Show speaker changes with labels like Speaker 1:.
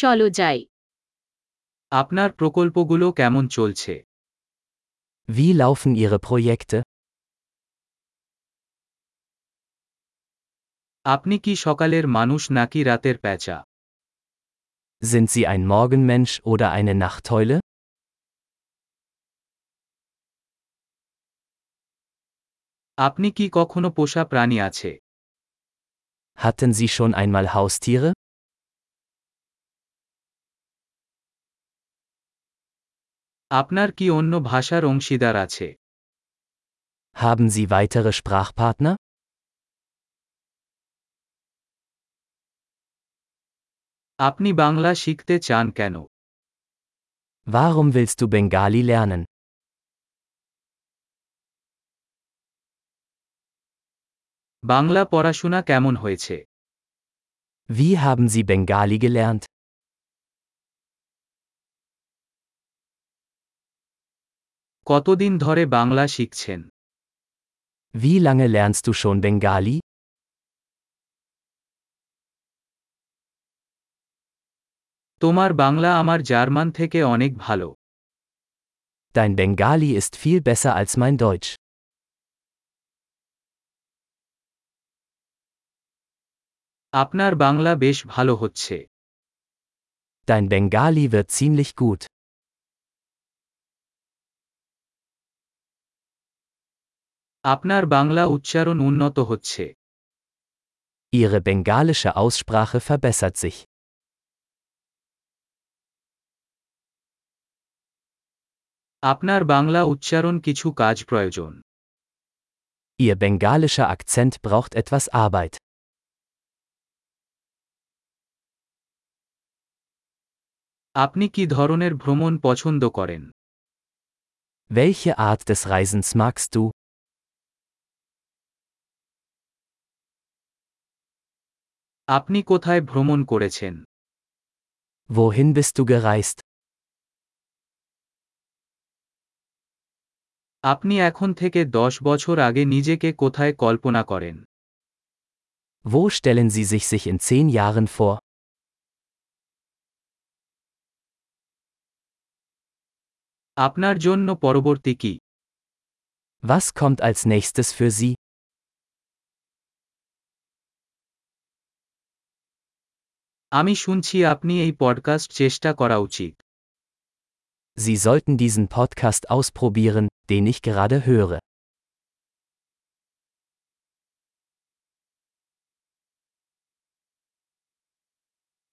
Speaker 1: চলো যাই
Speaker 2: আপনার প্রকল্পগুলো কেমন চলছে
Speaker 3: Wie laufen Ihre Projekte?
Speaker 2: আপনি কি সকালের মানুষ নাকি রাতের প্যাঁচা
Speaker 3: Sind Sie ein Morgenmensch oder eine Nachteule?
Speaker 2: আপনি কি কখনো পোষা প্রাণী আছে
Speaker 3: Hatten Sie schon einmal Haustiere?
Speaker 2: আপনার কি অন্য ভাষার অংশীদার আছে
Speaker 3: Haben Sie weitere Sprachpartner?
Speaker 2: আপনি বাংলা শিখতে চান কেন
Speaker 3: Warum willst du Bengali lernen?
Speaker 2: Bangla পড়াশোনা কেমন হয়েছে
Speaker 3: Wie haben Sie Bengali gelernt?
Speaker 2: কতদিন ধরে বাংলা শিখছেন
Speaker 3: Wie lange lernst du schon Bengali?
Speaker 2: তোমার বাংলা আমার জার্মান থেকে অনেক ভালো
Speaker 3: Dein Bengali ist viel besser als mein Deutsch.
Speaker 2: আপনার বাংলা বেশ ভালো হচ্ছে
Speaker 3: Dein Bengali wird ziemlich gut.
Speaker 2: আপনার বাংলা উচ্চারণ উন্নত হচ্ছে
Speaker 3: Ihre bengalische Aussprache verbessert sich.
Speaker 2: আপনার বাংলা উচ্চারণ কিছু কাজ প্রয়োজন
Speaker 3: Ihr bengalischer Akzent braucht etwas Arbeit.
Speaker 2: আপনি কি ধরনের ভ্রমণ পছন্দ করেন
Speaker 3: Welche Art des Reisens magst du?
Speaker 2: আপনি কোথায় ভ্রমণ করেছেন
Speaker 3: Wohin bist du gereist?
Speaker 2: আপনি এখন থেকে দশ বছর আগে নিজেকে কোথায় কল্পনা করেন
Speaker 3: Wo stellen Sie sich sich in zehn Jahren vor?
Speaker 2: আপনার জন্য পরবর্তী কি
Speaker 3: Was kommt als nächstes für Sie?
Speaker 2: আমি শুনছি আপনি এই পডকাস্ট চেষ্টা করা উচিত
Speaker 3: Sie sollten diesen Podcast ausprobieren, den ich gerade höre.